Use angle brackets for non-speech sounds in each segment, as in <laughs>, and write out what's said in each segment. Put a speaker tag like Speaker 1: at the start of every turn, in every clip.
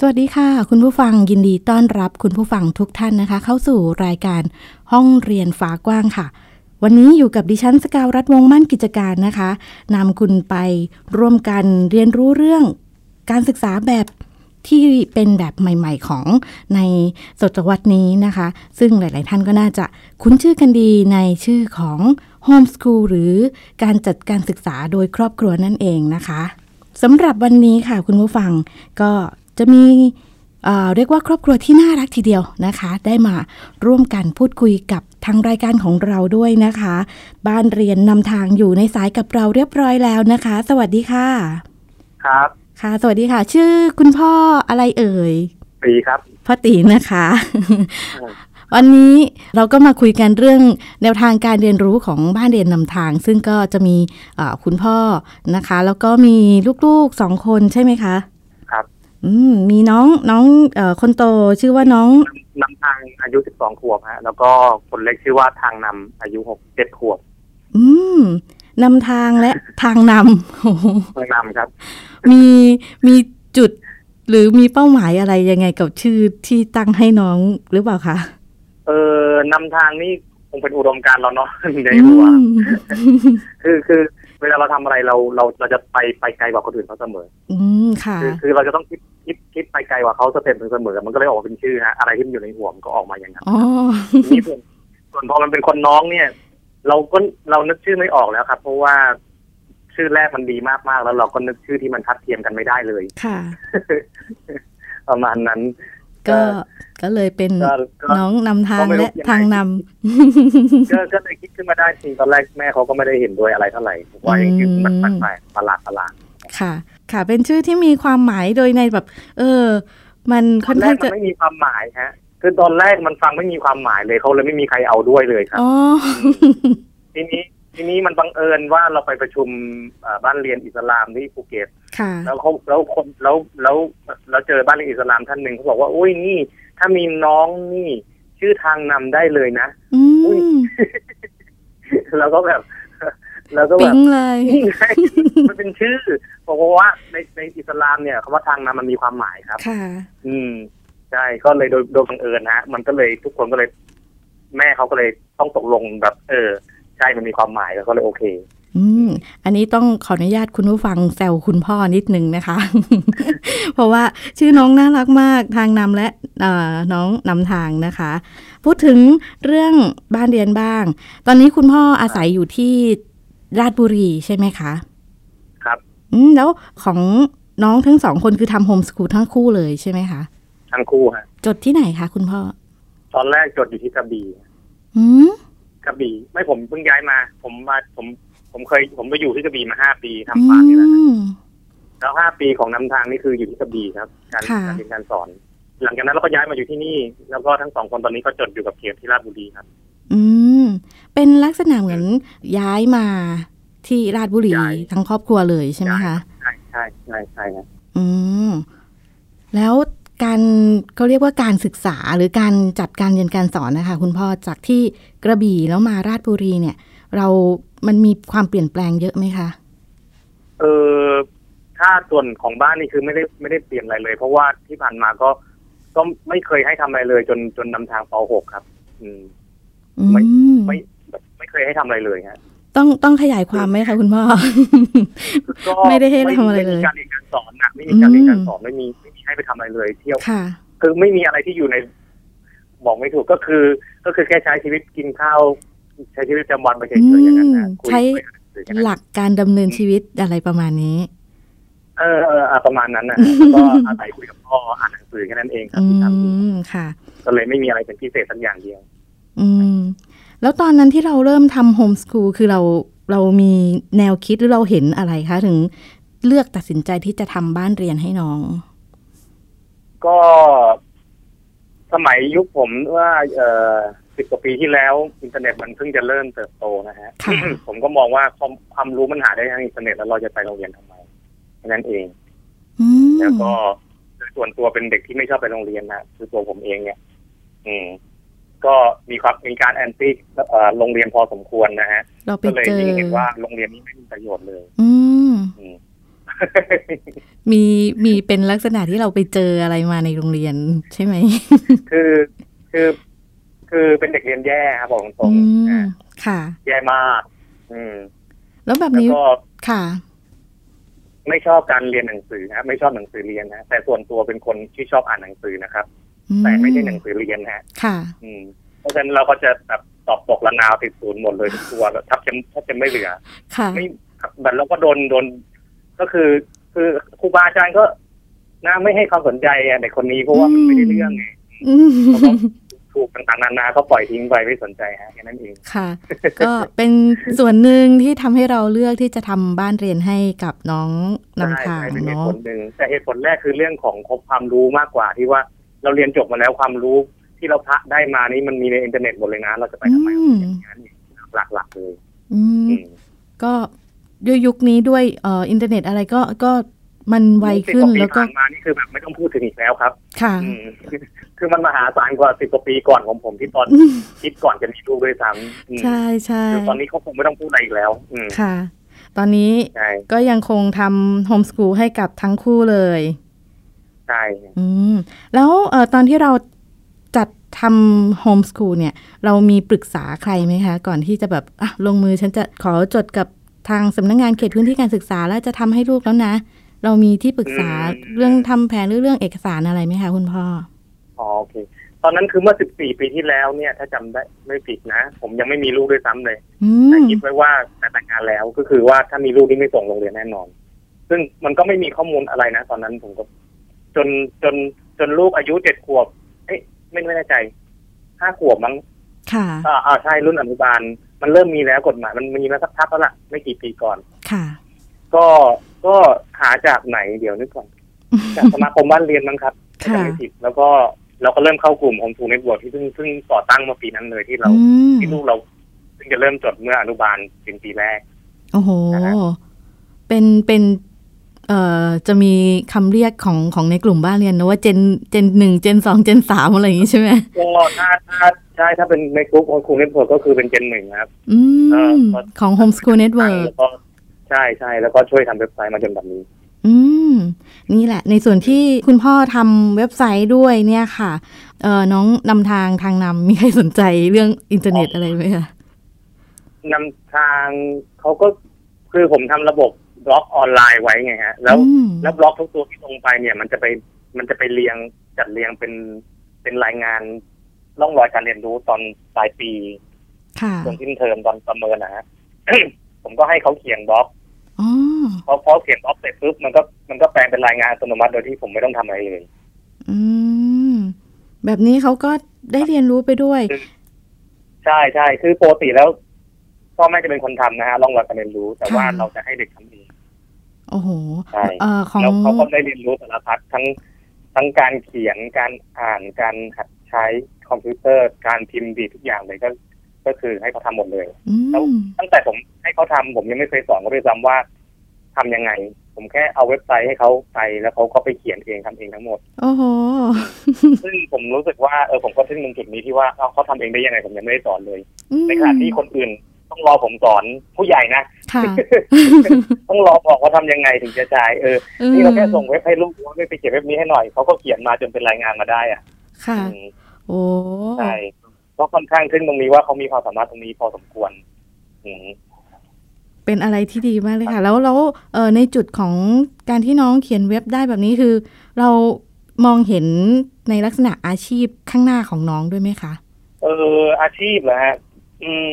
Speaker 1: สวัสดีค่ะ คุณผู้ฟังยินดีต้อนรับคุณผู้ฟังทุกท่านนะคะ เข้าสู่รายการห้องเรียนฟ้ากว้างค่ะ วันนี้อยู่กับดิฉันสกาวรัฐวงศ์มั่นกิจการนะคะนำคุณไปร่วมกันเรียนรู้เรื่องการศึกษาแบบที่เป็นแบบใหม่ ๆ ของในศตวรรษนี้นะคะ ซึ่งหลาย ๆ ท่านก็น่าจะคุ้นชื่อกันดีในชื่อของโฮมสคูลหรือการจัดการศึกษาโดยครอบครัวนั่นเองนะคะ สำหรับวันนี้ค่ะคุณผู้ฟังก็จะมีเอ่อเรียกว่าครอบครัวที่น่ารักทีเดียวนะคะ ได้มาร่วมกันพูดคุยกับทางรายการของเราด้วยนะคะ บ้านเรียนนำทางอยู่ในสายกับเราเรียบร้อยแล้วนะคะ สวัสดีค่ะ
Speaker 2: ครับ
Speaker 1: ค่ะ สวัสดีค่ะ ชื่อคุณพ่ออะไรเอ่ย
Speaker 2: ปีครับ
Speaker 1: พ่อตีนะคะ
Speaker 2: <laughs>
Speaker 1: วันนี้เราก็มาคุยกันเรื่องแนวทางการเรียนรู้ของบ้านเรียนนำทาง ซึ่งก็จะมีเอ่อคุณพ่อนะคะ แล้วก็มีลูกๆสองคนใช่ไหมคะ
Speaker 2: ครับ
Speaker 1: อืมมีน้องน้องเอ่อคนโตชื่อว่าน้อง
Speaker 2: นำทางอายุ 12 ขวบฮะ แล้วก็คนเล็กชื่อว่าทางนำอายุ 6 7 ขวบ
Speaker 1: อืมนำทางและทางนำโอ้โห
Speaker 2: ทางนำครับ
Speaker 1: <laughs> มีมีจุด หรือมีเป้าหมายอะไรยังไงกับชื่อที่ตั้งให้น้องหรือเปล่าคะ
Speaker 2: เออนำทางนี่คงเป็นอุดมการณ์เราเนาะ <laughs> ในหัว
Speaker 1: อืม
Speaker 2: คือคือ เวลาเราทำอะไรเราเราเราจะไปไปไกลกว่าคนอื่นเขาเสมอ
Speaker 1: อืมค่ะ
Speaker 2: คือคือเราจะต้องคิดคิดคิดไปไกลกว่าเขาสเต็ปหนึ่งเสมอ มันก็เลยออกมาเป็นชื่อฮะ อะไรที่มันอยู่ในหัวมันก็ออกมาอย่าง
Speaker 1: <laughs>
Speaker 2: นั้น
Speaker 1: อ๋อ
Speaker 2: นี่ส่วนส่วนพอมันเป็นคนน้องเนี่ย เราก็เรานึกชื่อไม่ออกแล้วครับ เพราะว่าชื่อแรกมันดีมากๆ แล้วเราก็นึกชื่อที่มันทัดเทียมกันไม่ได้เลย
Speaker 1: ค่ะ
Speaker 2: ประมาณนั้น
Speaker 1: ก็ก็เลยเป็น
Speaker 2: ก็ก็
Speaker 1: น้องนำทา
Speaker 2: ก็
Speaker 1: ง
Speaker 2: ไม่รู้
Speaker 1: และ
Speaker 2: ยังไง
Speaker 1: ทางน
Speaker 2: ก็ก็เลยคิดขึ้นมาได้จริงตอนแรกแม่เขาก็ไม่ได้เห็นด้วยอะไรเท่าไหร่ผมว่าอย่างนี้มันแปลกๆประหลาดประหลาด
Speaker 1: ำค่ะ ค่ะ เป็นชื่อที่มีความหมายโดยในแบบ เออ มัน
Speaker 2: ต
Speaker 1: ค่
Speaker 2: อ
Speaker 1: อน น
Speaker 2: แร
Speaker 1: ข้าก ง
Speaker 2: มั
Speaker 1: จะ
Speaker 2: นไม่มีความหมายฮะ คือตอนแรกมันฟังไม่มีความหมายเลยเขาเลยไม่มีใครเอาด้วยเลยครับ
Speaker 1: อ๋อ <laughs>
Speaker 2: ทีนี้ทีนี้มันบังเอิญว่าเราไปประชุมเอ่อบ้านเรียนอิสลามที่ภูเก็ต
Speaker 1: ค่ะ
Speaker 2: แล้วเขาแล้วคนแล้วแล้วแล้วเจอบ้านเรียนอิสลามท่านหนึ่งเขาบอกว่าอุ้ยนี่ ถ้ามีน้องนี่ ชื่อทางนำได้เลยนะ <laughs>
Speaker 1: อื
Speaker 2: อุ๊ย
Speaker 1: ม
Speaker 2: แล้วก็แบบ แล้วก็แบ
Speaker 1: ปิ๊
Speaker 2: บ
Speaker 1: งเลย
Speaker 2: นี่ไง <laughs> มันเป็นชื่อบอกว่าในในอิสลามเนี่ยคำว่าทางนำมันมีความหมายครับ
Speaker 1: ค่ะ
Speaker 2: อืมใช่ก็เลยโดยโดยบังเอิญนะมันก็เลยทุกคนก็เลย แม่เขาก็เลยต้องตกลงแบบ เออ ใช่มันมีความหมายแล้วก็เลยโอเค
Speaker 1: อืม อันนี้ต้องขออนุญาตคุณผู้ฟังแซวคุณพ่อนิดนึงนะคะ <laughs> เพราะว่าชื่อน้องน่ารักมากทางนำและเอ่อน้องนำทางนะคะ พูดถึงเรื่องบ้านเรียนบ้าง ตอนนี้คุณพ่ออาศัยอยู่ที่ราชบุรีใช่ไหมคะ
Speaker 2: ครับ
Speaker 1: อืมแล้วของน้องทั้งสองคนคือทำโฮมสกูลทั้งคู่เลยใช่ไหมคะ
Speaker 2: ทั้งคู่ฮะ
Speaker 1: จดที่ไหนคะคุณพ่อ
Speaker 2: ตอนแรกจดอยู่ที่กระบี่
Speaker 1: อืม
Speaker 2: กระบี่ไม่ผมเพิ่งย้ายมา ผมมาผมผมเคยผมไปอยู่ที่กระบี่มาห้าปีทำฟาร์มนี่แหละ
Speaker 1: อืม
Speaker 2: แล้วห้าปีของนำทางนี่คืออยู่ที่กระบี่ครับ การ
Speaker 1: ค่ะ
Speaker 2: การเรียนการสอน หลังจากนั้นเราก็ย้ายมาอยู่ที่นี่ แล้วก็ทั้งสองคนตอนนี้ก็จดอยู่กับเขียที่ราชบุรีครับ
Speaker 1: อืม เป็นลักษณะเหมือนย้ายมาที่ราชบุรี
Speaker 2: ย้าย
Speaker 1: ทั้งครอบครัวเลยใช่ไหมคะ
Speaker 2: ใช่ใช่ใช่ใช่ครับ
Speaker 1: อืม แล้วการเขาเรียกว่าการศึกษาหรือการจัดการเรียนการสอนนะคะ คุณพ่อจากที่กระบี่แล้วมาราชบุรีเนี่ย เรามันมีความเปลี่ยนแปลงเยอะไหมคะ
Speaker 2: เออถ้าส่วนของบ้านนี่คือไม่ได้ไม่ได้เปลี่ยนอะไรเลย เพราะว่าที่ผ่านมาก็ก็ไม่เคยให้ทำอะไรเลย จนจนนำทางป .6 ครับ อืม
Speaker 1: อื
Speaker 2: ไม่
Speaker 1: ม
Speaker 2: ไม่ไม่เคยให้ทำอะไรเลย
Speaker 1: <laughs>
Speaker 2: ฮะ
Speaker 1: ต้องต้องขยายความไหมคะคุณพ่อ
Speaker 2: ก็
Speaker 1: ไม่ได้ให้ทำอะไรเลย
Speaker 2: ม่มีการเรียนการสอนนะไม่มีการเรียนการสอนไม่มีไม่มีให้ไปทำอะไรเลยเที่ยว
Speaker 1: ค่ะ
Speaker 2: คือไม่มีอะไรที่อยู่ใน บอกไม่ถูกก็คือ ก็คือแค่ใช้ชีวิตกินข้าวใช้ชีวิตประจำวันไปเฉย
Speaker 1: อืม
Speaker 2: ๆอย่างนั้นนะคุย
Speaker 1: ใช้
Speaker 2: คุยกันเฉยๆอย่างนั้น
Speaker 1: หลักการดำเนินชีวิตอะไรประมาณนี้
Speaker 2: เออเออเออประมาณ
Speaker 1: <laughs>
Speaker 2: นั้นนะแล้วก็อาศัยคุยกับพ่ออ่านหนังสือแค่นั้นเองครับ
Speaker 1: อื
Speaker 2: ที่ทำอยู่
Speaker 1: มค่ะ
Speaker 2: ก็เลยไม่มีอะไรเป็นพิเศษสักอย่างเดียว
Speaker 1: อืม แล้วตอนนั้นที่เราเริ่มทำโฮมส o ูลคือเราเรามีแนวคิดหรือเราเห็นอะไรคะ ถึงเลือกตัดสินใจที่จะทำบ้านเรียนให้น้อง
Speaker 2: ก็สมัยยุคผมว่าเอ่อสิบกว่าปีที่แล้ว อินเทอร์เน็ตมันเพิ่งจะเริ่มเติบโตนะฮะ
Speaker 1: ค่ะ
Speaker 2: <coughs> ผมก็มองว่าความความรู้มันหาได้ทางอินเทอร์เน็ตแล้วเราจะไปโรงเรียนทำไมแค่นั้นเอง
Speaker 1: อืม
Speaker 2: แล้วก็โดยส่วนตัวเป็นเด็กที่ไม่ชอบไปโรงเรียนนะคือตัวผมเองเนี่ย อืม ก็มีความมีการแอนตี้เอ่อโรงเรียนพอสมควรนะฮะ
Speaker 1: เราไป
Speaker 2: ก็เลย
Speaker 1: เจอ
Speaker 2: เห็นว่าโรงเรียนนี้ไม่มีประโยชน์เลย
Speaker 1: อืม
Speaker 2: อืม
Speaker 1: มีมีเป็นลักษณะที่เราไปเจออะไรมาในโรงเรียนใช่ไหม
Speaker 2: คือคือคือเป็นเด็กเรียนแย่ครับบอกตร
Speaker 1: อื
Speaker 2: งๆ
Speaker 1: ม
Speaker 2: นะ
Speaker 1: ค่ะ
Speaker 2: แย่มาก อืม
Speaker 1: แล้วแบบ
Speaker 2: แล้ว
Speaker 1: นี้
Speaker 2: ก็
Speaker 1: ค่ะ
Speaker 2: ไม่ชอบการเรียนหนังสือนะครับไม่ชอบหนังสือเรียนนะแต่ส่วนตัวเป็นคนที่ชอบอ่านหนังสือนะครับ
Speaker 1: อื
Speaker 2: แต่ไม่ใช่หนังสือเรียนนะฮะ
Speaker 1: ค่ะ
Speaker 2: อืม เพราะฉะนั้นเราก็จะแบบตอบตกละนาวติดศูนย์หมดเลยทุกตัวแล้วแทับจะแทับจะไม่เหลือ
Speaker 1: ค่ะ
Speaker 2: ไม่แบบเราก็โดนโดน ก็คือ คือครูบาอาจารย์ก็นะไม่ให้ความสนใจอะเด็กคนนี้เพราะว่ามันไม่ได้เรื่องไง
Speaker 1: อืม <laughs>
Speaker 2: แล้วก็ ถูกต่างๆนานาก็ปล่อยทิ้งไปไม่สนใจฮะแค่นั้นเอง
Speaker 1: ค่ะ ก็เป็นส่วนหนึ่งที่ทำให้เราเลือกที่จะทำบ้านเรียนให้กับน้องนำทาง
Speaker 2: ใช่ใช่เป็นเหตุ
Speaker 1: เนาะ
Speaker 2: ผลหนึ่งแต่เหตุผลแรกคือเรื่องของความรู้มากกว่าที่ว่าเราเรียนจบมาแล้วความรู้ที่เราพะได้มานี้มันมีในอินเทอร์เน็ตหมดเลยนะ เราจะไป
Speaker 1: อื
Speaker 2: ทำไม
Speaker 1: ม
Speaker 2: อย่างนั้นเนี่ยหลักๆเลย
Speaker 1: อืม
Speaker 2: อืม
Speaker 1: ก็ด้วยยุคนี้ด้วยเอ่ออินเทอร์เน็ตอะไรก็ก็มันไวขึ้น
Speaker 2: สิบาปี
Speaker 1: แล้วก็
Speaker 2: ผ่านมานี่คือแบบไม่ต้องพูดถึงอีกแล้วครับ
Speaker 1: ค่ะ
Speaker 2: อืมคือมันมหาศาลกว่าสิบกว่าปีก่อนของผมที่ตอน
Speaker 1: อืม
Speaker 2: คิดก่อนจะมีลูกด้วยซ้ำอืม
Speaker 1: ใช่ใช่
Speaker 2: คือตอนนี้เขาคงไม่ต้องพูดอะไรอีกแล้ว อืม
Speaker 1: ค่ะ ตอนนี้
Speaker 2: ใช่
Speaker 1: ก็ยังคงทำโฮมสกูลให้กับทั้งคู่เลย
Speaker 2: ใช่
Speaker 1: อืมแล้วเออตอนที่เราจัดทำโฮมส o ูลเนี่ย เรามีปรึกษาใครไหมคะ ก่อนที่จะแบบอ่ะลงมือฉันจะขอจดกับทางสำนักงานเขตพื้นที่การศึกษา แล้วจะทำให้ลูกแล้วนะ เรามีที่ปรึกษาเรื่องทำแผนหรือเรื่องเอกสารอะไรไหมคะคุณพ่อ
Speaker 2: อ๋อโอเค ตอนนั้นคือเมื่อสิบสี่ปีที่แล้วเนี่ย ถ้าจำได้ไม่ผิดนะ ผมยังไม่มีลูกด้วยซ้ำเลย
Speaker 1: อื
Speaker 2: แต่
Speaker 1: ม
Speaker 2: คิดไว้ว่าแต่แต่งงานแล้วก็คือว่าถ้ามีลูกนี่ไม่ส่งโรงเรียนแน่นอน ซึ่งมันก็ไม่มีข้อมูลอะไรนะ ตอนนั้นผมก็ จนจนจนลูกอายุเจ็ดขวบ เอ๊ะไม่ไม่แน่ใจห้าขวบมั้ง
Speaker 1: ค่ะ
Speaker 2: อ่าอ่าใช่รุ่นอนุบาล มันเริ่มมีแล้วกฎหมายมันมีมาสักพักแล้วล่ะไม่กี่ปีก่อน
Speaker 1: ค่ะ
Speaker 2: ก็ก็หาจากไหนเดี๋ยวนึกก่ <laughs> อนจากสมาคมบ้านเรียนมั้งครับถ้าจำไม่ผิดแล้วก็เราก็เริ่มเข้ากลุ่มของทูเน็ตเวิร์กที่เพิ่งเพิ่งก่อตั้งเมาปีนั้นเลยที่เรา
Speaker 1: อืม
Speaker 2: ที่ลูกเราเพิ่งจะเริ่มจดเมื่ออนุบาลเป็นปีแรก
Speaker 1: โอ้โห เป็นเป็นเอ่อจะมีคำเรียกของของในกลุ่มบ้านเรียนนะว่าเจนเจนหนึ่งเจนสองเจนสามอะไรอย่างงี้ใช่ไหม
Speaker 2: ก็ถ้าถ้าใช่ถ้าเป็นในกลุ่มของครูเน็ตเวิร์กก็คือเป็นเจนหนึ่งนะครับ
Speaker 1: อื
Speaker 2: เอ่อ
Speaker 1: ม
Speaker 2: ก็
Speaker 1: ของ Homeschool Network
Speaker 2: แล้วก็ใช่ใช่แล้วก็ช่วยทำเว็บไซต์มาจนแบบนี้
Speaker 1: อืม นี่แหละ ในส่วนที่คุณพ่อทำเว็บไซต์ด้วยเนี่ยค่ะ เออน้องนำทางทางนำมีใครสนใจเรื่องอินเทอร์เน็ตอะไรไหมคะ
Speaker 2: นำทางเขาก็คือผมทำระบบบล็อกออนไลน์ไว้ไงฮะ แล้ว
Speaker 1: อืม
Speaker 2: แล้วบล็อกทุกตัวที่ลงไปเนี่ย มันจะไปมันจะไปเรียงจัดเรียงเป็นเป็นรายงานร่องรอยการเรียนรู้ตอนปลายปี
Speaker 1: ค่ะ
Speaker 2: ตอนสิ้นเทอมตอนประเมินนะฮ <coughs> ะ ผมก็ให้เขาเขียนบล็อก
Speaker 1: อ๋อ
Speaker 2: พอพอเขียนบล็อกเสร็จปุ๊บมันก็มันก็แปลงเป็นรายงานอัตโนมัติโดยที่ผมไม่ต้องทำอะไรเลย
Speaker 1: อืม แบบนี้เขาก็ได้เรียนรู้ไปด้วย
Speaker 2: ใช่ใช่คือปกติแล้วพ่อแม่จะเป็นคนทำนะฮะร่องรอยการเรียนรู้ แต่ว่า
Speaker 1: ค่ะ
Speaker 2: เราจะให้เด็กทำเอง
Speaker 1: โอ้โห
Speaker 2: ใช่
Speaker 1: เอ่อของ
Speaker 2: แล้วเขาก็ได้เรียนรู้สารพัดทั้งทั้งการเขียนการอ่านการหัดใช้คอมพิวเตอร์ การพิมพ์ดีดทุกอย่างเลยก็ ก็คือให้เขาทำหมดเลย
Speaker 1: อื
Speaker 2: แล้ว
Speaker 1: ม
Speaker 2: ตั้งแต่ผมให้เขาทำผมยังไม่เคยสอนเขาด้วยซ้ำว่าทำยังไง ผมแค่เอาเว็บไซต์ให้เขาไปแล้วเขาก็ไปเขียนเองทำเองทั้
Speaker 1: <laughs>
Speaker 2: งหมด
Speaker 1: โอ้โห
Speaker 2: ซึ่งผมรู้สึกว่าเออผมก็ทึ่งตรงจุดนี้ที่ว่าเอ้าเขาทำเองได้ยังไงผมยังไม่ได้สอนเลย
Speaker 1: อืม
Speaker 2: ในขณะที่คนอื่นต้องรอผมสอนผู้ใหญ่
Speaker 1: <laughs>
Speaker 2: นะ <laughs>
Speaker 1: ค่ะ
Speaker 2: ต้องรอบอกว่าทำยังไงถึงจะใช้เออ
Speaker 1: อืม
Speaker 2: นี่เราแค่ส่งเว็บให้ลูกดูว่าไปเขียนเว็บนี้ให้หน่อยเขาก็เขียนมาจนเป็นรายงานมาได้อ่ะ
Speaker 1: ค่ะ
Speaker 2: อืม
Speaker 1: โอ้
Speaker 2: ใช่ก็ค่อนข้างขึ้นตรงนี้ว่าเขามีความสามารถตรงนี้พอสมควรอืม
Speaker 1: เป็นอะไรที่ดีมากเลยค่ะ แล้วแล้วเอ่อในจุดของการที่น้องเขียนเว็บได้แบบนี้คือ เรามองเห็นในลักษณะอาชีพข้างหน้าของน้องด้วยไหมคะ
Speaker 2: เออ อาชีพเหรอฮะอืม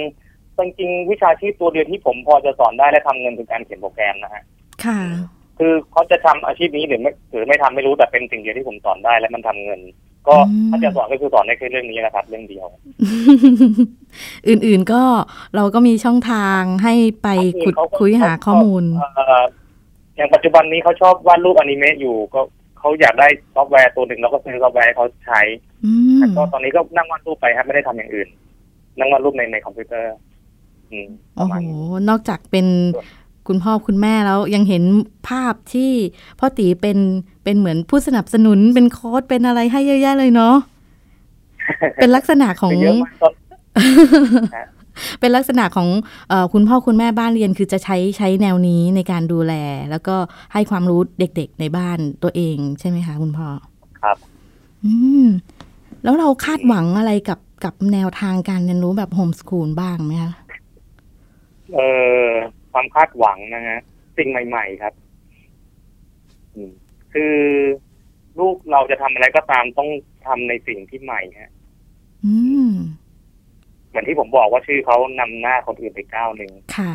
Speaker 2: จริงๆวิชาชีพตัวเดียวที่ผมพอจะสอนได้และทำเงินคือการเขียนโปรแกรมนะฮะ
Speaker 1: ค่ะ
Speaker 2: คือเขาจะทำอาชีพนี้หรือไม่หรือไม่ทำไม่รู้แต่เป็นสิ่งเดียวที่ผมสอนได้และมันทำเงิน ก็
Speaker 1: อืม
Speaker 2: ถ้าจะสอนก็คือสอนได้แค่เรื่องนี้นะครับ เรื่องเดียว
Speaker 1: <laughs> อื่นๆก็เราก็มีช่องทางให้ไปขุดคุยหาข้อมูล
Speaker 2: เอ่ออย่างปัจจุบันนี้เขาชอบวาดรูปอนิเมะอยู่ก็ เขาอยากได้ซอฟต์แวร์ตัวหนึ่งเราก็ซื้อซอฟต์แวร์ให้เขาใช้
Speaker 1: อืม
Speaker 2: แต่ก็ตอนนี้ก็นั่งวาดรูปไปครับไม่ได้ทำอย่างอื่น นั่งวาดรูปในในคอมพิวเตอร์ อืมป
Speaker 1: โอ้
Speaker 2: ระมา
Speaker 1: โห
Speaker 2: ณนี้
Speaker 1: นอกจากเป็นคุณพ่อคุณแม่แล้วยังเห็นภาพที่พ่อตีเป็นเป็นเหมือนผู้สนับสนุนเป็นโค้ดเป็นอะไรให้เยอะแยะเลยเนาะ
Speaker 2: <laughs>
Speaker 1: เป็นลักษณะของ
Speaker 2: เยอะมากก็
Speaker 1: เป็นลักษณะของเออคุณพ่อคุณแม่บ้านเรียนคือจะใช้ใช้แนวนี้ในการดูแล แล้วก็ให้ความรู้เด็กๆในบ้านตัวเองใช่ไหมคะคุณพ่อ
Speaker 2: ครับ
Speaker 1: อืมแล้วเราคาดหวังอะไรกับกับแนวทางการเรียนรู้แบบโฮมสกูลบ้างไหมคะ
Speaker 2: เอ่อความคาดหวังนะฮะสิ่งใหม่ ๆ ครับ อืมคือลูกเราจะทำอะไรก็ตามต้องทำในสิ่งที่ใหม่ฮะ
Speaker 1: อืม
Speaker 2: เหมือนที่ผมบอกว่าชื่อเขานำหน้าคนอื่นไปก้าวหนึ่ง
Speaker 1: ค่ะ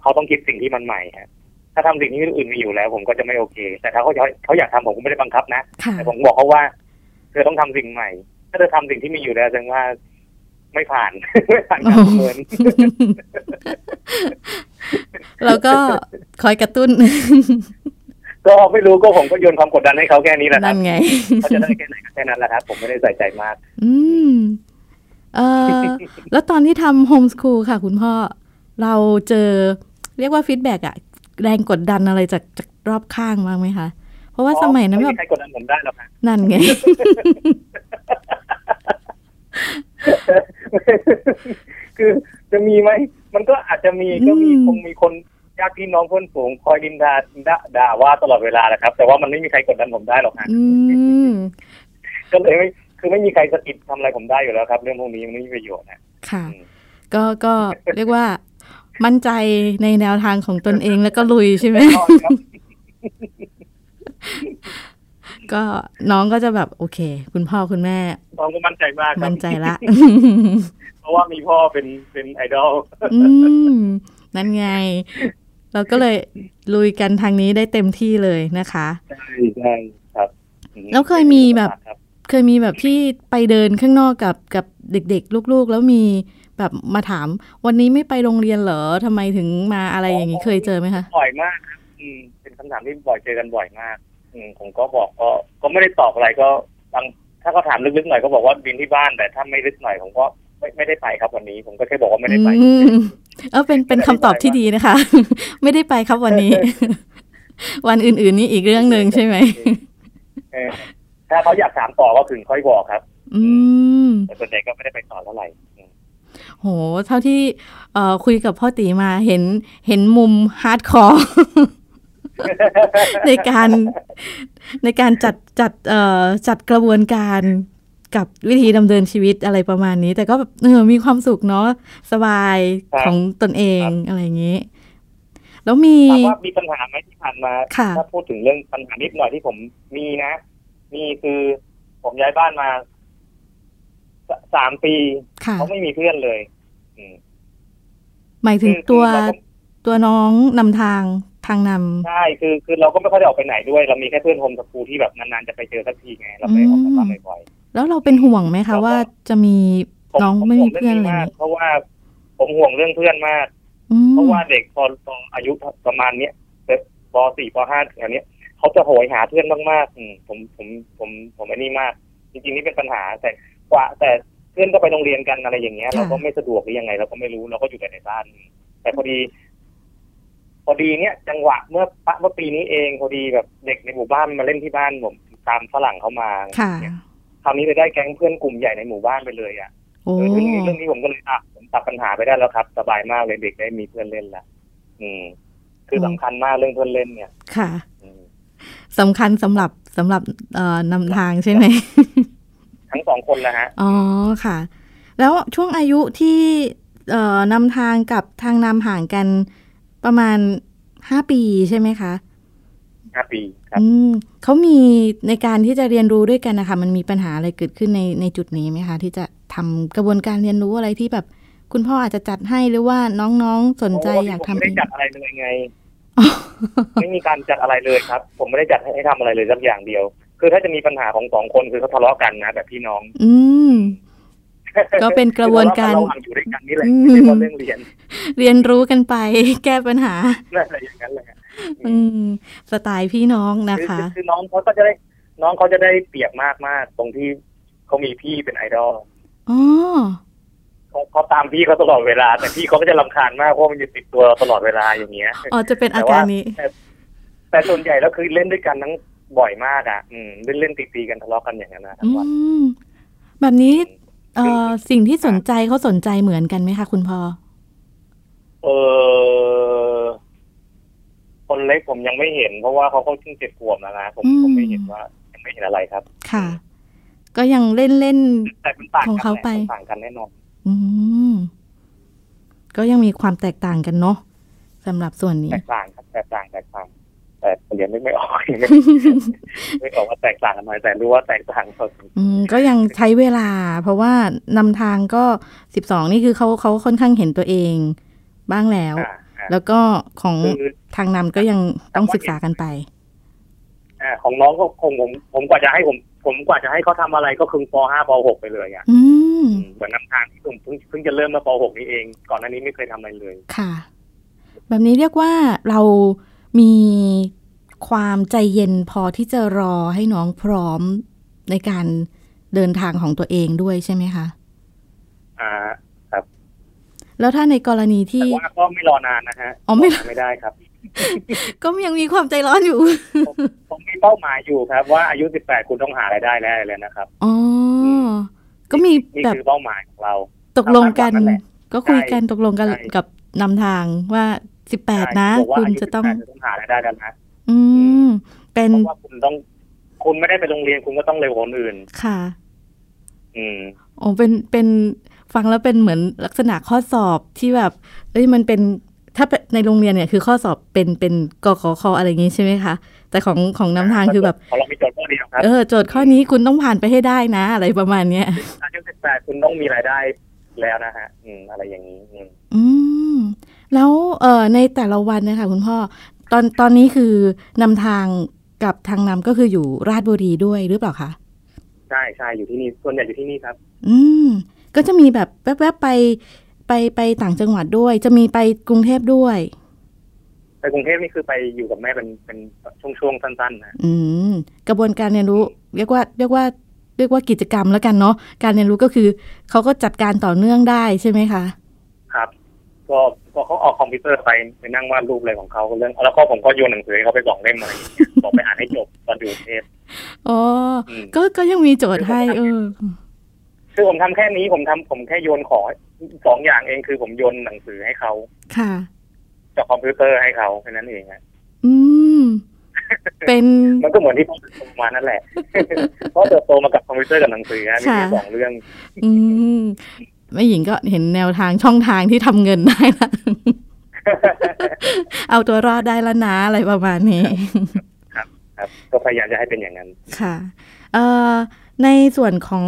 Speaker 2: เขาต้องคิดสิ่งที่มันใหม่ฮะถ้าทำสิ่งที่คนอื่นมีอยู่แล้ว ผมก็จะไม่โอเค แต่ถ้าเขาอยากเขาอยากทำผมก็ไม่ได้บังคับนะ
Speaker 1: ค่ะ
Speaker 2: แต่ผมบอกเขาว่า เธอต้องทำสิ่งใหม่ ถ้าเธอทำสิ่งที่มีอยู่แล้วแสดงว่าไม่ผ่าน <laughs> ไม่ผ่านการประเมิน
Speaker 1: <laughs> แล้วก็ <laughs> คอยกระตุ้น
Speaker 2: ก็ไม่รู้ก็ผมก็โยนความกดดันให้เขาแค่ <laughs> นี้แหละครั
Speaker 1: นั่
Speaker 2: บ
Speaker 1: นไง
Speaker 2: เขาจะได้แค่ไหนก็แค่นั้นแหละครับ ผมไม่ได้ใส่ใจมาก
Speaker 1: อืมเออ แล้วตอนที่ทำโฮมสคูลค่ะ คุณพ่อ เราเจอเรียกว่าฟีดแบ็กอะแรงกดดันอะไรจากจากรอบข้างบ้างไหมคะ เพราะว่าสมัยนั้นแบ
Speaker 2: ไม่
Speaker 1: บ
Speaker 2: มีใครกดดันผมได้หรอกนะ
Speaker 1: นั่น
Speaker 2: <laughs>
Speaker 1: ไง
Speaker 2: คือจะมีไหมมันก็อาจจะมีก็มี
Speaker 1: อืม
Speaker 2: คงมีคนญาติพี่น้องเพื่อนฝูงคอยดินดาด่าด่าว่าตลอดเวลาแหละครับ แต่ว่ามันไม่มีใครกดดันผมได้หรอกนะ
Speaker 1: อืม
Speaker 2: ก็เลยไม่คือไม่มีใครสะกิดทำอะไรผมได้อยู่แล้วครับ เรื่องพวกนี้มันไม่มีประโยชน์
Speaker 1: <laughs>
Speaker 2: นะ
Speaker 1: ค่ะ
Speaker 2: อืม
Speaker 1: ก็ก็เรียกว่า มั่นใจในแนวทางของตนเองแล้วก็ลุยใช่ไหม ก็น้องก็จะแบบโอเค คุณพ่อคุณแม่
Speaker 2: น้องก็มั่นใจมากครับ
Speaker 1: มั่นใจละ
Speaker 2: เพราะว่ามีพ่อเป็นเป็นไอดอล
Speaker 1: อืม นั่นไง เราก็เลยลุยกันทางนี้ได้เต็มที่เลยนะคะ
Speaker 2: ใช่ใช่ครับ
Speaker 1: แล้วเคยมีแบบ
Speaker 2: ครับ
Speaker 1: เคยมีแบบที่ไปเดินข้างนอกกับกับเด็กๆ ลูกๆ แล้วมีแบบมาถาม วันนี้ไม่ไปโรงเรียนเหรอทำไมถึงมาอะไรอย่างนี้เคยเจอไหมคะ
Speaker 2: บ่อยมากครับอืมเป็นคำถามที่บ่อยเจอกันบ่อยมาก อืมผมก็บอกก็ก็ไม่ได้ตอบอะไรก็บางถ้าเขาถามลึกๆหน่อยก็บอกว่าบินที่บ้านแต่ถ้าไม่ลึกหน่อยผมก็ไม่ไม่ได้ไปครับวันนี้ ผมก็แค่บอกว่าไม่ได้ไป
Speaker 1: อืมเออเป็นเป็นคำตอบที่ดีนะคะ <laughs> ไม่ได้ไปครับวันนี้
Speaker 2: <laughs>
Speaker 1: วันอื่นๆนี่อีกเรื่องหนึ่งใช่ไหม
Speaker 2: เออถ้าเขาอยากถามต่อก็ถึงค่อยบอกครับ
Speaker 1: อืม
Speaker 2: แต่ส่วนใหญ่ก็ไม่ได้ไปต่อเท่าไหร่อืม
Speaker 1: โห เท่าที่เอ่อคุยกับพ่อตีมาเห็นเห็นมุมฮาร์ดคอร์ <laughs> ในการในการจัดจัดเอ่อจัดกระบวนการกับวิธีดำเนินชีวิตอะไรประมาณนี้ แต่ก็แบบเออมีความสุขเนาะสบาย
Speaker 2: ครับ
Speaker 1: ของตนเอง
Speaker 2: ครับ
Speaker 1: อะไรอย่างนี้ แล้วมี
Speaker 2: ถามว่ามีปัญหาไหมที่ผ่านมา
Speaker 1: ค่ะ
Speaker 2: ถ้าพูดถึงเรื่องปัญหานิดหน่อยที่ผมมีนะ มีคือผมย้ายบ้านมาสสามปี
Speaker 1: ค่ะ
Speaker 2: เขาไม่มีเพื่อนเลย อืม
Speaker 1: หมายถึ
Speaker 2: คื
Speaker 1: ง
Speaker 2: อ
Speaker 1: ตัว
Speaker 2: คือเราก็
Speaker 1: ตัวน้องนำทางทางนำ
Speaker 2: ใช่คือคือเราก็ไม่ค่อยได้ออกไปไหนด้วย เรามีแค่เพื่อนโฮมสกูลที่แบบนานๆจะไปเจอสักทีไง เราไปออกจากบ้าน
Speaker 1: อืม
Speaker 2: บ่อย
Speaker 1: แล้วเราเป็นห่วงไหม
Speaker 2: ครั
Speaker 1: คะ
Speaker 2: บ
Speaker 1: ว่าจะมี
Speaker 2: ๆผม
Speaker 1: น้อง
Speaker 2: ผม
Speaker 1: ไม่
Speaker 2: ห่ว
Speaker 1: มี
Speaker 2: งเรื่
Speaker 1: เพื่อนอะ
Speaker 2: นี้
Speaker 1: ไร
Speaker 2: มาก
Speaker 1: นี้
Speaker 2: เพราะว่าผมห่วงเรื่องเพื่อนมาก
Speaker 1: อืม
Speaker 2: เพราะว่าเด็กพอพออายุประมาณเนี้ยปสี่ปห้าแถวเนี้ยเขาจะโหยหาเพื่อนมากๆอืมผมผมผมผมไอ้นี่มาก จริงๆนี่เป็นปัญหาแต่กว่าแต่เพื่อนก็ไปโรงเรียนกันอะไรอย่างเงี้ย เราก็ไม่สะดวกหรือยังไง เราก็ไม่รู้เราก็อยู่แต่ในบ้าน แต่พอดี พอดีเนี้ยจังหวะเมื่อปะเมื่อปีนี้เองพอดีแบบเด็กในหมู่บ้านมาเล่นที่บ้านผมตามฝรั่งเขามา
Speaker 1: ค่ะ
Speaker 2: คราวนี้เลยได้แก๊งเพื่อนกลุ่มใหญ่ในหมู่บ้านไปเลยอ่ะ
Speaker 1: โอ้
Speaker 2: เออเรื่องนี้เรื่องนี้ผมก็เลยอ่ะผมตัดปัญหาไปได้แล้วครับ สบายมากเลยเด็กได้มีเพื่อนเล่นละอืม คือ
Speaker 1: อืม
Speaker 2: สำคัญมากเรื่องเพื่อนเล่นเนี่ย
Speaker 1: ค่ะ
Speaker 2: อืม
Speaker 1: สำคัญสำหรับสำหรับเอ่อนำทางใช่ไหม <laughs>
Speaker 2: ทั้งสองคนนะฮะ
Speaker 1: อ๋อค่ะ แล้วช่วงอายุที่เอ่อนำทางกับทางนำห่างกันประมาณห้าปีใช่ไหมคะ
Speaker 2: ห้าปีครับ
Speaker 1: อืมเขามีในการที่จะเรียนรู้ด้วยกันนะคะมันมีปัญหาอะไรเกิดขึ้นในในจุดนี้ไหมคะ ที่จะทำกระบวนการเรียนรู้อะไรที่แบบ คุณพ่ออาจจะจัดให้หรือว่าน้องๆสนใจอยาก
Speaker 2: เพระว่
Speaker 1: ทำ
Speaker 2: ผมไม่
Speaker 1: เอง
Speaker 2: ได้จัดอะไรเลยไง ไม่มีการจัดอะไรเลยครับ ผมไม่ได้จัดให้ให้ทำอะไรเลยสักอย่างเดียว คือถ้าจะมีปัญหาของสองคนคือเขาทะเลาะกันนะแบบพี่น้อง
Speaker 1: อืม ก็เป็นกระบวนการ
Speaker 2: คือทะเลาะนระหว่างอยู่ด้วยกันนี่แหละ
Speaker 1: อืม
Speaker 2: ไม่ใช่เพราะเรื่องเรียน
Speaker 1: เรียนรู้กันไป แก้ปัญหา
Speaker 2: อะไรอย่างนั้นแหละ
Speaker 1: อืมสไตล์พี่น้องนะ
Speaker 2: คือ
Speaker 1: คะ
Speaker 2: คือคือน้องเขาก็จะได้ น้องเขาจะได้เปรียบมากมากๆตรงที่เขามีพี่เป็นไอดอล
Speaker 1: อ๋อ
Speaker 2: เขาเขาตามพี่เขาตลอดเวลา แต่พี่เขาก็จะลำคาญมากเพราะมันอยู่ติดตัวเราตลอดเวลาอย่างเงี้ย
Speaker 1: อ๋อจะเป็นอาการนี้
Speaker 2: แต่แต่ส่วนใหญ่แล้วคือเล่นด้วยกันทั้งบ่อยมากอ่ะ อืมเล่นเล่นตีตีๆกันทะเลาะกันอย่างนั้นนะทั้
Speaker 1: อื
Speaker 2: งวัน
Speaker 1: ม แบบนี้เอ่อสิ่งที่สนใจเขาสนใจเหมือนกันไหมคะคุณพ่อ
Speaker 2: เออคนเล็กผมยังไม่เห็น เพราะว่าเขาก็เพิ่งเจ็ดขวบแล้วนะผมผมไม่เห็นว่ายังไม่เห็นอะไรครับ
Speaker 1: ค่ะ ก็ยังเล่นเล่น
Speaker 2: แต่มันต่าง
Speaker 1: ของ
Speaker 2: กั
Speaker 1: เขา
Speaker 2: นแห
Speaker 1: ไป
Speaker 2: ละมันต่างกันแน่นอน
Speaker 1: ๆอืม ก็ยังมีความแตกต่างกันเนาะสำหรับส่วนนี้
Speaker 2: แตกต่างครับแตกต่างแตกต่าง แต่ผมยังนึกไม่ออก ยังนึก
Speaker 1: <laughs>
Speaker 2: ไม่ออกว่าแตกต่างกันหน่อยแต่รู้ว่าแตกต่างพอสมควร
Speaker 1: อืมก็ยังใช้เวลา เพราะว่านำทางก็สิบสองนี่คือเขาเขาค่อนข้างเห็นตัวเองบ้างแล้ว
Speaker 2: อ่าอ่า
Speaker 1: แล้วก็ของ
Speaker 2: คือ
Speaker 1: ทางนำก็ยังต้องศึกษากันไป
Speaker 2: อ่าของน้องก็คงผมผมกว่าจะให้ผมผมกว่าจะให้เขาทำอะไรก็คือปห้าปหกไปเลยอ่ะ
Speaker 1: อืม
Speaker 2: เหมือนนำทางที่ผมเพิ่งเพิ่งจะเริ่มมาป .6 นี้เอง ก่อนหน้านี้ไม่เคยทำอะไรเลย
Speaker 1: ค่ะ แบบนี้เรียกว่าเรามีความใจเย็นพอที่จะรอให้น้องพร้อมในการเดินทางของตัวเองด้วยใช่ไหมคะ
Speaker 2: อ่า
Speaker 1: แล้วถ้าในกรณีที่
Speaker 2: แต่ว่าก็ไม่รอนานนะฮะ
Speaker 1: อ๋อไม่
Speaker 2: ไม่ได้ครับ
Speaker 1: ก็ยังมีความใจร้อน
Speaker 2: <laughs>
Speaker 1: อยู่
Speaker 2: ผมมีเป้าหมายอยู่ครับ ว่าอายุ 18 คุณต้องหารายได้แล้วอะไรแล้วนะครับ
Speaker 1: อ๋อ ก็มี
Speaker 2: นี่
Speaker 1: แบบ
Speaker 2: คือเป้าหมายของเรา
Speaker 1: ตกลงกัน
Speaker 2: ตามนั้นแหละ
Speaker 1: ก็คุยกันตกลงกัน
Speaker 2: ใช่
Speaker 1: กับนำทางว่าสิบแปด
Speaker 2: ใช่
Speaker 1: นะ
Speaker 2: บอกว่า
Speaker 1: คุณ
Speaker 2: อายุ
Speaker 1: จะต้อง
Speaker 2: 18คุณต้องหารายได้แล้วนะ
Speaker 1: อืม เป็น
Speaker 2: เพราะว่าคุณต้อง คุณไม่ได้ไปโรงเรียนคุณก็ต้องเร็วกว่าคนอื่น
Speaker 1: ค่ะ
Speaker 2: อืม
Speaker 1: โอ้เป็น เป็น ฟังแล้วเป็นเหมือนลักษณะข้อสอบที่แบบ เอ้ย มันเป็น ถ้าเป็นในโรงเรียนเนี่ยคือข้อสอบเป็น เป็นกขคอะไรอย่างงี้ใช่ไหมคะ แต่ของของน้ำทางคือแบบ
Speaker 2: ของเรามีโจทย์ข้อเดียวครับ
Speaker 1: เออ โจทย์ข้อนี้คุณต้องผ่านไปให้ได้นะ อะไรประมาณเนี้ย
Speaker 2: อายุ 18 คุณต้องมีรายได้แล้วนะฮะ อืม อะไรอย่างนี้อืม
Speaker 1: อืม แล้ว เออในแต่ละวันนะคะคุณพ่อ ตอน ตอนนี้คือนำทางกับทางนำก็คืออยู่ราชบุรีด้วยหรือเปล่าคะ
Speaker 2: ใช่ใช่อยู่ที่นี่ ส่วนใหญ่อยู่ที่นี่ครับ
Speaker 1: อืม ก็จะมีแบบแวบๆไป ไป ไปต่างจังหวัดด้วย จะมีไปกรุงเทพด้วย
Speaker 2: ไปกรุงเทพนี่คือไปอยู่กับแม่เป็นเป็นช่วงๆสั้นๆนะ
Speaker 1: อืมกระบวนการเรียนรู้เรียกว่าเรียกว่าเรียกว่ากิจกรรมแล้วกันเนาะการเรียนรู้ก็คือเขาก็จัดการต่อเนื่องได้ใช่ไหมคะ
Speaker 2: ครับก็พอเขาออกคอมพิวเตอร์ไปไปนั่งวาดรูปอะไรของเขาเรื่อง แล้วก็ผมก็โยนหนังสือให้เขาไปสองเล่มอะไรอย่างเงี้ย บอกไปอ่านให้จบตอนดูเทป
Speaker 1: อ๋อ
Speaker 2: อืม
Speaker 1: ก็ก็ยังมีโจทย์ให้เออ
Speaker 2: คือผมทำแค่นี้ผมทำผมแค่โยนของสองอย่างเองคือผมโยนหนังสือให้เขา
Speaker 1: ค่ะ
Speaker 2: จากคอมพิวเตอร์ให้เขาแค่นั้นเองฮะ
Speaker 1: อืม เป็น
Speaker 2: มันก็เหมือนที่ผมโตมานั่นแหละ <laughs> เพราะเติบโตมากับคอมพิวเตอร์กับหนังสือฮะมีแค่สองเรื่อง
Speaker 1: อืมแม่หญิงก็เห็นแนวทางช่องทางที่ทำเงินได้ละ <laughs> เอาตัวรอดได้แล้วนะอะไรประมาณนี้
Speaker 2: ครับ ก็พยายามจะให้เป็นอย่างนั้น
Speaker 1: ค่ะเอ่อในส่วนของ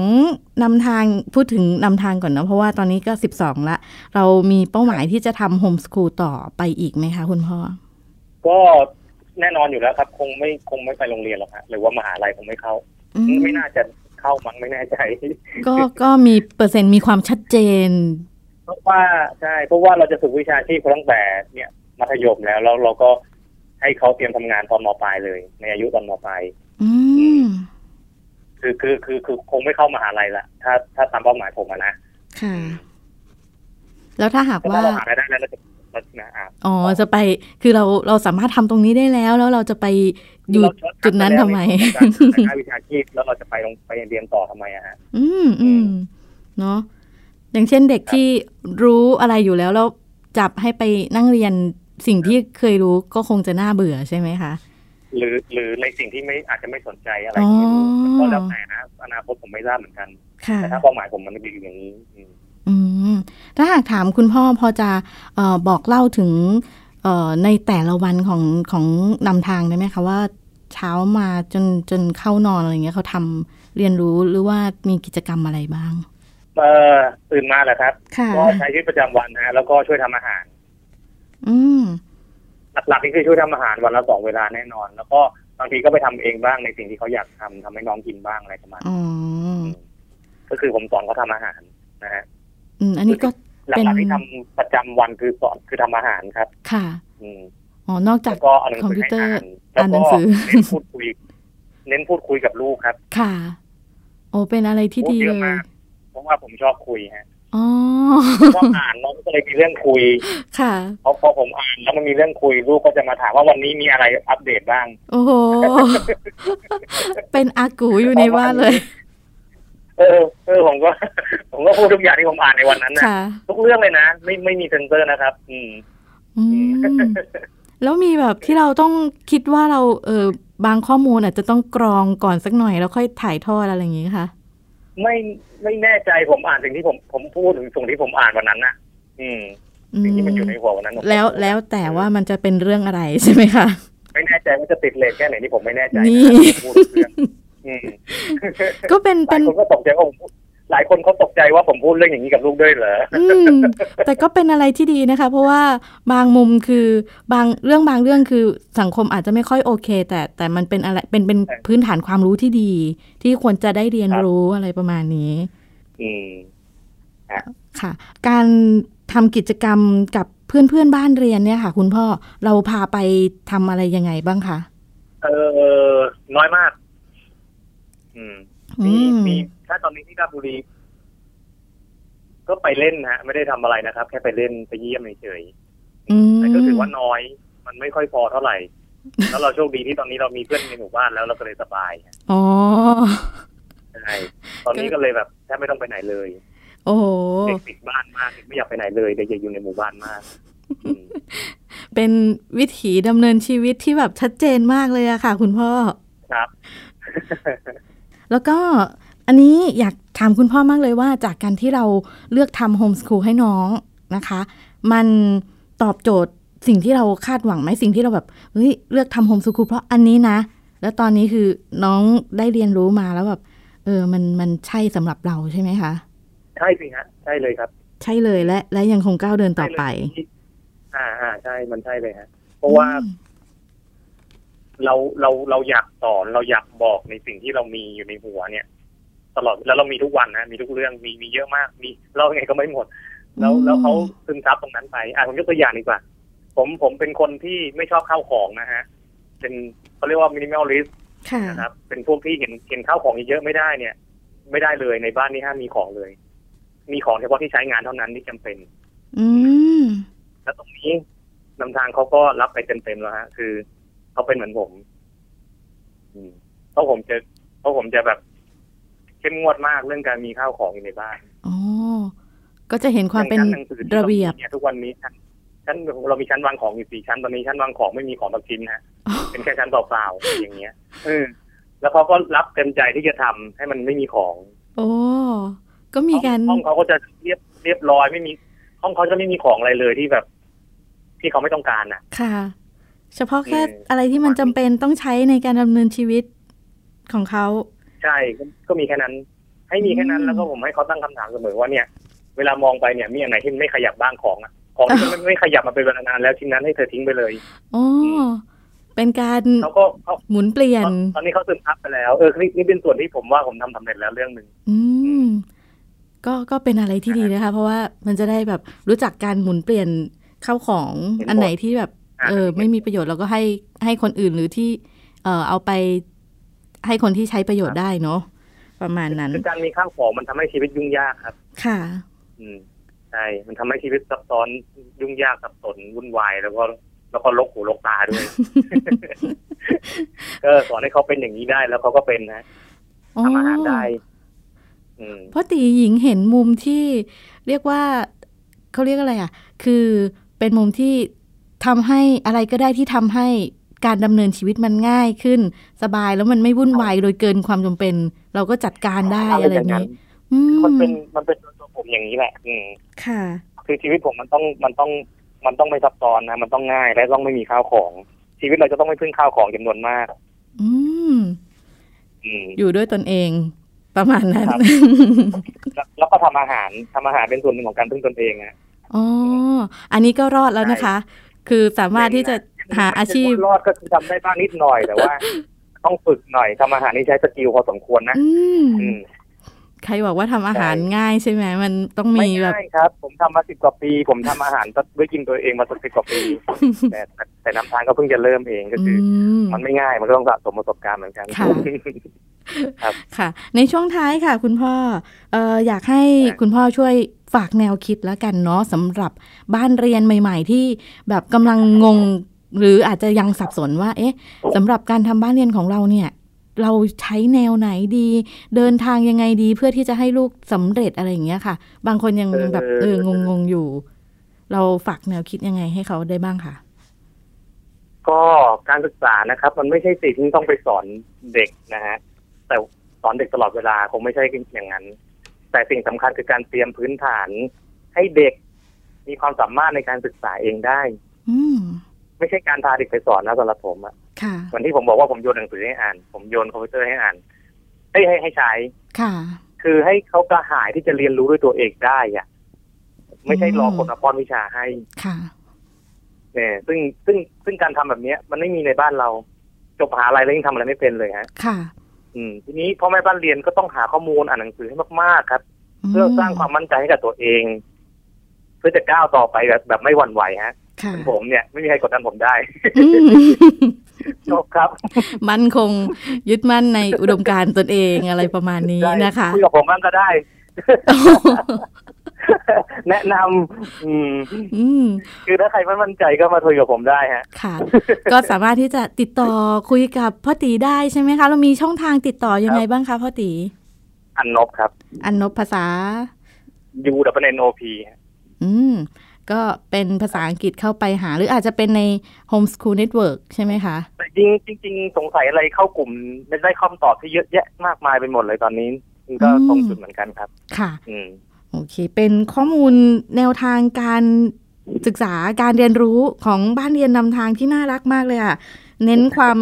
Speaker 1: นำทางพูดถึงนำทางก่อนเนอะเพราะว่าตอนนี้ก็ 12 ละ เรามีเป้าหมายที่จะทำโฮมส o ูลต่อไปอีกไหมคะคุณพ่อ
Speaker 2: ก็แน่นอนอยู่แล้วครับ คงไม่คงไม่ไปโรงเรียนหรอกฮะหรือว่ามหาลัยคงไม่เข้า
Speaker 1: อืม
Speaker 2: ไม่น่าจะเข้ามั้งไม่แน่ใจ
Speaker 1: ก็ก็มีเปอร์เซ็นต์มีความชัดเจน
Speaker 2: เพราะว่าใช่เพราะว่าเราจะฝึกวิชาชีพเขาตั้งแต่เนี่ยมัธยมแล้วแล้วเราก็ให้เขาเตรียมทำงานตอนมปลายเลย ในอายุตอนมปลาย
Speaker 1: อืม
Speaker 2: คือคือคือคือคงไม่เข้ามหาลัยละถ้าถ้าตามเป้าหมายผมอะนะ
Speaker 1: ค่ะ แล้วถ้าหาก
Speaker 2: เพราะ
Speaker 1: ว่า
Speaker 2: ว่าเราหารายได้แล้วเราจะเราจะนะอ่ะ
Speaker 1: อ๋อ จะไป คือเราเราสามารถทำตรงนี้ได้แล้ว แล้วเราจะไปอยู่
Speaker 2: เราช็อ
Speaker 1: จุดนั้นทำไม
Speaker 2: การศึกษาวิชาชีพแล้วเราจะไปลงไปเรียนต่อทำไมอะฮะ
Speaker 1: อืมอืมเนาะอย่างเช่นเด็กที่รู้อะไรอยู่แล้วแล้วจับให้ไปนั่งเรียนสิ่งที่เคยรู้ก็คงจะน่าเบื่อใช่ไหมคะ
Speaker 2: หรือหรือในสิ่งที่ไม่อาจจะไม่สนใจอะไรอย่างเงี้ย
Speaker 1: อ๋อ
Speaker 2: มันก็แล้วแต่นะอนาคตผมไม่ทราบเหมือนกัน
Speaker 1: ค่ะ
Speaker 2: แต่ถ้าเป้าหมายผมมันดีอย่างนี้อืม
Speaker 1: อืมถ้าหากถามคุณพ่อพอจะเออบอกเล่าถึงเออในแต่ละวันของของนำทางได้ไหมคะว่าเช้ามาจนจนเข้านอนอะไรเงี้ยเขาทำเรียนรู้หรือว่ามีกิจกรรมอะไรบ้าง
Speaker 2: เอ่อตื่นมาแหละครับ
Speaker 1: ค่ะ
Speaker 2: ก็ใช้ชีวิตประจำวันนะฮะแล้วก็ช่วยทำอาหาร
Speaker 1: อืม
Speaker 2: หลักๆนี่คือช่วยทำอาหารวันละสองเวลาแน่นอน แล้วก็บางทีก็ไปทำเองบ้างในสิ่งที่เขาอยากทำทำให้น้องกินบ้างอะไรประมาณ
Speaker 1: อ๋อ
Speaker 2: ก็คือผมสอนเขาทำอาหารนะฮะ
Speaker 1: อืม อันนี้ก็
Speaker 2: ห
Speaker 1: เป็น
Speaker 2: ลักๆที่ทำประจำวันคือสอนคือทำอาหารครับ
Speaker 1: ค่ะ
Speaker 2: อืม
Speaker 1: อ๋อนอกจาก
Speaker 2: แล้วก็เอาหนัง
Speaker 1: คอม
Speaker 2: สือ
Speaker 1: พิว
Speaker 2: ให้
Speaker 1: เตอร์
Speaker 2: อ่าน
Speaker 1: อ่านหนังสือ
Speaker 2: แล้วก็เน้นพูดคุย เน้นพูดคุยกับลูกครับ
Speaker 1: ค่ะ โอ้เป็นอะไรที่
Speaker 2: โอ้
Speaker 1: ดี
Speaker 2: เย
Speaker 1: เล
Speaker 2: อะ
Speaker 1: ย
Speaker 2: มาก เพราะว่าผมชอบคุยฮะ
Speaker 1: อ๋อ <laughs>
Speaker 2: ชอบอ่านน้องก็เลยมีเรื่องคุย
Speaker 1: ค่ะ
Speaker 2: พอพอผมอ่านแล้วมันมีเรื่องคุยลูกก็จะมาถามว่าวันนี้มีอะไรอัปเดตบ้าง
Speaker 1: โอ้โห เป็นอากูอยู่ในบ้านเลย
Speaker 2: เออเออผมก็ <laughs> ผมก็พูดทุกอย่างที่ผมอ่านในวันนั้นนะ
Speaker 1: ค่ะ
Speaker 2: ทุกเรื่องเลยนะไม่ไม่มีเซนเซอร์นะครับ อืม
Speaker 1: อืม แล้วมีแบบที่เราต้องคิดว่าเราเออบางข้อมูลอาจจะต้องกรองก่อนสักหน่อยแล้วค่อยถ่ายทอดอะไรอย่างงี้ค่ะ
Speaker 2: ไม่ไม่แน่ใจผมอ่านสิ่งที่ผมผมพูดถึงสิ่งที่ผมอ่านวันนั้นนะอืม
Speaker 1: อื
Speaker 2: สิ่ง
Speaker 1: ม
Speaker 2: ที่มันอยู่ในหัววันนั้นผม
Speaker 1: แล้วแล้วแต่ว่ามันจะเป็นเรื่องอะไรใช่ไหมคะ
Speaker 2: ไม่แน่ใจว่าจะติดเลทแค่ไหนที่ผมไม่แน่ใจ
Speaker 1: นี่
Speaker 2: นะครับผมพูดเรื่องอืม
Speaker 1: ก็เป็น
Speaker 2: หลา
Speaker 1: เป็
Speaker 2: ย
Speaker 1: น
Speaker 2: คนก็ตกใจว่าผมพูดหลายคนเขาตกใจว่าผมพูดเรื่องอย่างนี้กับลูกด้วยเหรอ
Speaker 1: อืม แต่ก็เป็นอะไรที่ดีนะคะ เพราะว่าบางมุมคือบางเรื่องบางเรื่องคือสังคมอาจจะไม่ค่อยโอเค แต่แต่มันเป็นอะไรเป็นเป็นพื้นฐานความรู้ที่ดี ที่ควรจะได้เรียนรู้อะไรประมาณนี้
Speaker 2: อืม
Speaker 1: ค่ะ การทำกิจกรรมกับเพื่อนเพื่อนๆบ้านเรียนเนี่ยค่ะ คุณพ่อเราพาไปทำอะไรยังไงบ้างคะ
Speaker 2: เออน้อยมาก อืม
Speaker 1: อื
Speaker 2: มี
Speaker 1: ม
Speaker 2: มีถ้าตอนนี้ที่ราชบุรี ก็ไปเล่นนะฮะ ไม่ได้ทำอะไรนะครับ แค่ไปเล่นไปเยี่ยมเฉยๆแต่ก็ถือว่าน้อย มันไม่ค่อยพอเท่าไหร่ แล้วเราโชคดีที่ตอนนี้เรามีเพื่อนในหมู่บ้านแล้วเราก็เลยสบายฮะ
Speaker 1: อ๋อ
Speaker 2: ใช่ตอนนี้ก็เลยแบบแทบไม่ต้องไปไหนเลย
Speaker 1: โอ้โห
Speaker 2: เด็กติดบ้านมากเด็กไม่อยากไปไหนเลยเด็กอยากอยู่ในหมู่บ้านมากอืม
Speaker 1: เป็นวิถีดำเนินชีวิตที่แบบชัดเจนมากเลยอะค่ะ คุณพ่อ
Speaker 2: ครับ
Speaker 1: แล้วก็อันนี้อยากถามคุณพ่อมากเลยว่าจากการที่เราเลือกทำโฮมสคูลให้น้องนะคะ มันตอบโจทย์สิ่งที่เราคาดหวังไหมสิ่งที่เราแบบเฮ้ยเลือกทำโฮมสคูลเพราะอันนี้นะ แล้วตอนนี้คือน้องได้เรียนรู้มาแล้วแบบเออมันมันใช่สำหรับเราใช่ไหมคะ
Speaker 2: ใช่สิฮะใช่เลยครับ
Speaker 1: ใช่เลยและและยังคงก้าวเดินต่อไป
Speaker 2: อ่าอ่าใช่มันใช่เลยฮะ เพราะว่า
Speaker 1: อืม
Speaker 2: เราเราเราอยากสอนเราอยากบอกในสิ่งที่เรามีอยู่ในหัวเนี่ย ตลอดแล้วเรามีทุกวันนะมีทุกเรื่องมีมีเยอะมากมีเล่ายังไงก็ไม่หมด แล้วแล้วเขาซึมซับตรงนั้นไปอ่ะผมยกตัวอย่างดีกว่า ผมผมเป็นคนที่ไม่ชอบข้าวของนะฮะ เป็นเขาเรียกว่ามินิมอลลิสต์
Speaker 1: ค่ะ
Speaker 2: นะครับ เป็นพวกที่เห็นเห็นข้าวของเยอะๆไม่ได้เนี่ย ไม่ได้เลยในบ้านนี่ห้ามมีของเลย มีของเฉพาะที่ใช้งานเท่านั้นที่จำเป็น
Speaker 1: อืม
Speaker 2: แล้วตรงนี้นำทางเขาก็รับไปเต็มๆแล้วฮะ คือเขาเป็นเหมือนผม อืมเพราะผมจะเพราะผมจะแบบเข้มงวดมากเรื่องการมีข้าวของอยู่ในบ้าน
Speaker 1: อ๋อก็จะเห็นความเป็น
Speaker 2: อย่งชั้หงสือที่า
Speaker 1: ระเบียบ
Speaker 2: มีนี่ทุกวันนี้ชั้นชั้นเรามีชั้นวางของอยู่สี่ชั้นตอนนี้ชั้นวางของไม่มีของตักชิ้น
Speaker 1: <laughs>
Speaker 2: ฮะ
Speaker 1: อ๋อ
Speaker 2: เป็นแค่ชั้นเปล่าๆอย่างเงี้ยเออแล้วเขาก็รับเต็มใจที่จะทำให้มันไม่มีของ
Speaker 1: โอ้ก็มีการ
Speaker 2: ห้องเขาก็จะเรียบเรียบร้อยไม่มี ห้องเขาจะไม่มีของอะไรเลยที่แบบ ที่เขาไม่ต้องการน่ะ
Speaker 1: ค่ะ เฉพาะแค่
Speaker 2: เอออ
Speaker 1: อะไรที่มันจำเป็นต้องใช้ในการดำเนินชีวิตของเขา
Speaker 2: ใช่ก็ก็มีแค่นั้น ให้มีแค่นั้น
Speaker 1: อืม
Speaker 2: แล้วก็ผมให้เขาตั้งคำถามเสมอว่าเนี่ย เวลามองไปเนี่ยมีอันไหนที่ไม่ขยับบ้างของอะของที่มันไม่ขยับมาเป็นเวลานานแล้วชิ้นนั้นให้เธอทิ้งไปเลย
Speaker 1: โอ้เป็นการ
Speaker 2: เขาก็เขา
Speaker 1: หมุนเปลี่ยน
Speaker 2: ตอนนี้เขาซึมซับไปแล้วเออนี่นี่เป็นส่วนที่ผมว่าผมทำสำเร็จแล้วเรื่องหนึ่ง
Speaker 1: อืม ก็ก็เป็นอะไรที่ดีนะคะ เพราะว่ามันจะได้แบบรู้จักการหมุนเปลี่ยนเข้าของ
Speaker 2: เห็นผล
Speaker 1: อันไหนที่แบบ
Speaker 2: อ่ะ
Speaker 1: เออ ไม่มีประโยชน์เราก็ให้ให้คนอื่นหรือที่ เออเอาไปให้คนที่ใช้ประโยชน์ได้เนาะประมาณนั้น
Speaker 2: คือการมีข้าวของมันทำให้ชีวิตยุ่งยากครับ
Speaker 1: ค่ะ
Speaker 2: อืมใช่มันทำให้ชีวิตซับซ้อนยุ่งยากสับสนวุ่นวายแล้วก็แล้วก็ลกหูลกตา
Speaker 1: <laughs>
Speaker 2: ด้วย ก็สอนให้เขาเป็นอย่างนี้ได้แล้วเขาก็เป็นนะทำอาหารได้ อืม
Speaker 1: เพราะตีหญิงเห็นมุมที่เรียกว่าเขาเรียกอะไรอ่ะ คือเป็นมุมที่ทำให้อะไรก็ได้ที่ทำให้การดำเนินชีวิตมันง่ายขึ้น สบายแล้วมันไม่วุ่นวายโดยเกินความจำเป็น เราก็จัดการได้อะไรอย่างนี้อืม
Speaker 2: มันเป็นมันเป็นตัวผมอย่างนี้แหละ อืม
Speaker 1: ค่ะ
Speaker 2: คือชีวิตผมมันต้องมันต้องมันต้องไม่ซับซ้อนนะมันต้องง่ายและต้องไม่มีข้าวของ ชีวิตเราจะต้องไม่พึ่งข้าวของจำนวนมาก
Speaker 1: อืม
Speaker 2: อืม
Speaker 1: อยู่ด้วยตนเองประมาณนั้น
Speaker 2: ครับ แล้วแล้วก็ทำอาหารทำอาหารเป็นส่วนหนึ่งของการพึ่งตนเองอะ
Speaker 1: <laughs> อ๋อ อันนี้ก็รอดแล้วนะคะ คือสามารถที่จะหาอาชีพ
Speaker 2: รอดก็คือทำได้บ้างนิดหน่อยแต่ว่า ต้องฝึกหน่อยทำอาหารนี่ใช้สกิลพอสมควรนะ
Speaker 1: อืม
Speaker 2: อืม
Speaker 1: ใครบอกว่าทำอาหารง่ายใช่ไหมมันต้องมีแบบ
Speaker 2: ไง่ายครับ ผมทำมาสิบกว่าปี ผมทำอาหารด้วยกินตัวเองมาสิบกว่าปี
Speaker 1: <laughs>
Speaker 2: แต่แต่แต่น้ำทางก็เพิ่งจะเริ่มเองก็
Speaker 1: อื
Speaker 2: คือ
Speaker 1: ม
Speaker 2: มันไม่ง่ายมันก็ต้องสะสมประสบการณ์เหมือนกัน
Speaker 1: ค่ะ ค่ะ ในช่วงท้ายค่ะ คุณพ่อเอออยากให้
Speaker 2: ครับ
Speaker 1: คุณพ่อช่วยฝากแนวคิดแล้วกันเนาะสำหรับบ้านเรียนใหม่ ๆ ที่แบบกำลังงง หรืออาจจะยังสับสนว่า เอ๊ะสำหรับการทำบ้านเรียนของเราเนี่ย เราใช้แนวไหนดี เดินทางยังไงดีเพื่อที่จะให้ลูกสำเร็จอะไรอย่างเงี้ยค่ะ บางคนยังแบบเอองงงๆอยู่ เราฝากแนวคิดยังไงให้เขาได้บ้างค่ะ
Speaker 2: <laughs> ก็การศึกษานะครับ มันไม่ใช่สิ่งที่ต้องไปสอนเด็กนะฮะแต่สอนเด็กตลอดเวลาคงไม่ใช่อย่างนั้น แต่สิ่งสำคัญคือการเตรียมพื้นฐาน ให้เด็กมีความสามารถในการศึกษาเองได้
Speaker 1: อืม
Speaker 2: ไม่ใช่การพาเด็กไปสอนนะสำหรับผมอะ
Speaker 1: ค่ะ
Speaker 2: วันที่ผมบอกว่าผมโยนหนังสือให้อ่าน ผมโยนคอมพิวเตอร์ให้อ่านให้ให้ให้ใช้
Speaker 1: ค่ะ
Speaker 2: คือให้เขากระหายที่จะเรียนรู้ด้วยตัวเองได้อะไม่ใช่รอคนมาป้อนวิชาให้
Speaker 1: ค่ะ
Speaker 2: เนี่ยซึ่งซึ่งซึ่งการทำแบบเนี้ย มันไม่มีในบ้านเรา จบมหาลัยแล้วยังทำอะไรไม่เป็นเลยฮะ
Speaker 1: ค่ะ
Speaker 2: อืม ทีนี้พ่อแม่บ้านเรียนก็ต้องหาข้อมูลอ่านหนังสือให้มากๆครับ
Speaker 1: ม
Speaker 2: เพื่อสร้างความมั่นใจให้กับตัวเอง เพื่อจะก้าวต่อไปแบบแบบไม่หวั่นไหวฮะ
Speaker 1: ค่ะ
Speaker 2: เหมือนผมเนี่ยไม่มีใครกดดันผมได้
Speaker 1: อืม
Speaker 2: จบครับ
Speaker 1: มั่นคงยึดมั่นในอุดมการณ์ตนเองอะไรประมาณนี้
Speaker 2: ได้
Speaker 1: นะคะ
Speaker 2: คุยกับผมบ้างก็ได้ <laughs> แนะนำอืม
Speaker 1: อืม
Speaker 2: คือถ้าใครไม่มั่นใจก็มาคุยกับผมได้ฮะ
Speaker 1: ค่ะ <laughs> ก็สามารถที่จะติดต่อคุยกับพ่อตีได้ใช่ไหมคะ เรามีช่องทางติดต่อยังไงบ้างคะพ่อตี
Speaker 2: อันนบครับ
Speaker 1: อันนบภาษา
Speaker 2: U W N O P
Speaker 1: อืม ก็เป็นภาษาอังกฤษเข้าไปหา หรืออาจจะเป็นใน Homeschool Network ใช่ไหมคะ
Speaker 2: แต่จริงจริง ๆ สงสัยอะไรเข้ากลุ่มได้คำตอบที่เยอะแยะมากมายไปหมดเลยตอนนี้มันก็
Speaker 1: อืม
Speaker 2: ตรงจุดเหมือนกันครับ
Speaker 1: ค่ะ
Speaker 2: อืม
Speaker 1: โอเค เป็นข้อมูลแนวทางการศึกษาการเรียนรู้ของบ้านเรียนนำทางที่น่ารักมากเลยอ่ะ เน้นความ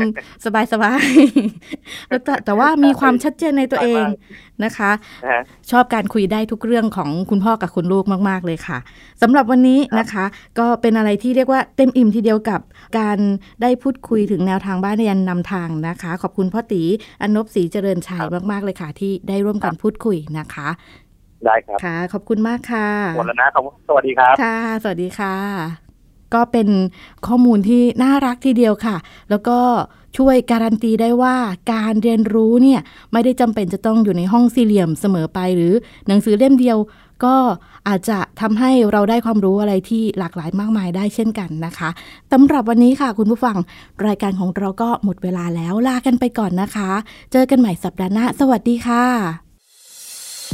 Speaker 1: สบายสบายๆแล้วแต่แต่ว่ามีความชัดเจนในตัวเองนะคะ
Speaker 2: นะฮะ
Speaker 1: ชอบการคุยได้ทุกเรื่องของคุณพ่อกับคุณลูกมาก ๆ เลยค่ะสำหรับวันนี้นะคะ ก็เป็นอะไรที่เรียกว่าเต็มอิ่มทีเดียวกับการได้พูดคุยถึงแนวทางบ้านเรียนนำทางนะคะ ขอบคุณพ่อตีอนนบศรีเจริญชัยมาก ๆ เลยค่ะ ที่ได้ร่วมกันพูดคุยนะคะ
Speaker 2: ได้ครับ
Speaker 1: ค่ะ ขอบคุณมากค่ะ
Speaker 2: หมดแล้วนะครับสวัสดีครับ
Speaker 1: ค่ะ สวัสดีค่ะ ก็เป็นข้อมูลที่น่ารักทีเดียวค่ะ แล้วก็ช่วยการันตีได้ว่าการเรียนรู้เนี่ย ไม่ได้จำเป็นจะต้องอยู่ในห้องสี่เหลี่ยมเสมอไป หรือหนังสือเล่มเดียว ก็อาจจะทำให้เราได้ความรู้อะไรที่หลากหลายมากมายได้เช่นกันนะคะสำหรับวันนี้ค่ะ คุณผู้ฟังรายการของเราก็หมดเวลาแล้วลากันไปก่อนนะคะ เจอกันใหม่สัปดาห์หน้าสวัสดีค่ะ